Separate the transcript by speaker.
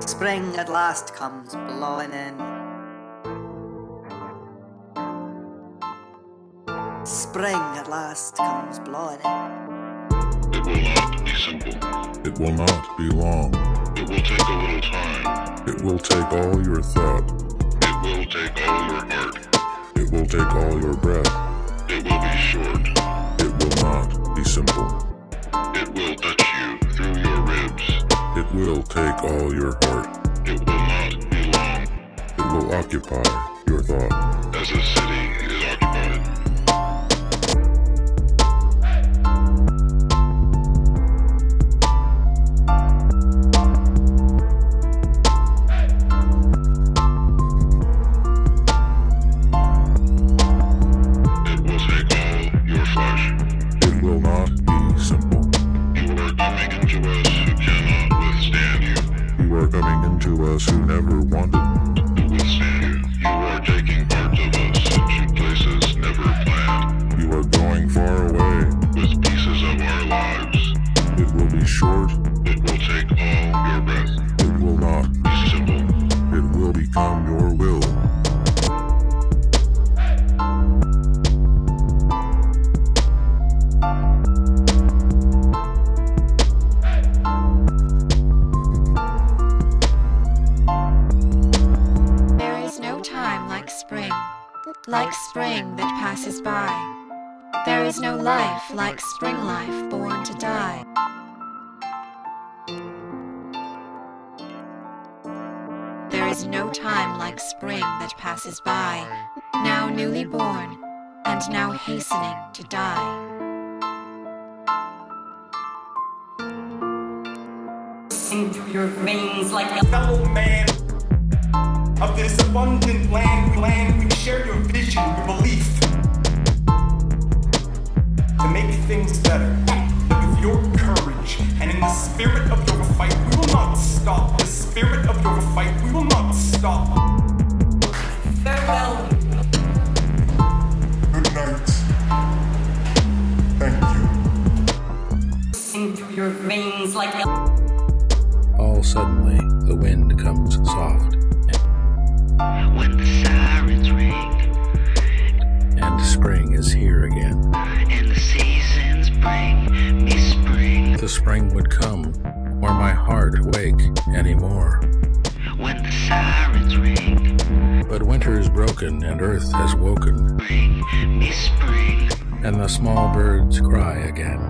Speaker 1: Spring at last comes blowing in. Spring at last comes blowing in.
Speaker 2: It will not be simple.
Speaker 3: It will not be long.
Speaker 2: It will take a little time.
Speaker 3: It will take all your thought.
Speaker 2: It will take all your heart.
Speaker 3: It will take all your breath.
Speaker 2: It will be short.
Speaker 3: It will not be simple.
Speaker 2: It will touch you through your ribs.
Speaker 3: It will take all your heart.
Speaker 2: It will not be long.
Speaker 3: It will occupy your thought.
Speaker 2: As a city is occupied, it will take all your flesh.
Speaker 3: It will not be simple.
Speaker 2: You are coming into us who cannot withstand you.
Speaker 3: You are coming into us who never wanted.
Speaker 2: Who withstand you? You are taking parts of us to places never planned.
Speaker 3: You are going far away.
Speaker 2: With pieces of our lives,
Speaker 3: It will be short.
Speaker 2: it will take all your breath.
Speaker 3: It will not.
Speaker 2: Be simple.
Speaker 3: It will become your will.
Speaker 4: There is no time like spring, like spring that passes by. There is no life like spring life born to die. There is no time like spring that passes by, now newly born, and now hastening to die.
Speaker 5: coursing through your veins like
Speaker 6: fellow man of this abundant land, land we share your vision, your belief to make things better. With your courage and in the spirit of your fight, we will not stop. The spirit of your fight, we will not stop.
Speaker 5: farewell.
Speaker 7: Good night. Thank you.
Speaker 5: Coursing through your veins like
Speaker 8: All suddenly, the wind comes soft
Speaker 9: When the sirens ring
Speaker 8: and spring is here again.
Speaker 9: and the seasons bring me spring.
Speaker 8: The spring would come, or my heart wake anymore.
Speaker 9: When the sirens ring,
Speaker 8: But winter is broken and earth has woken,
Speaker 9: bring me spring.
Speaker 8: and the small birds cry again.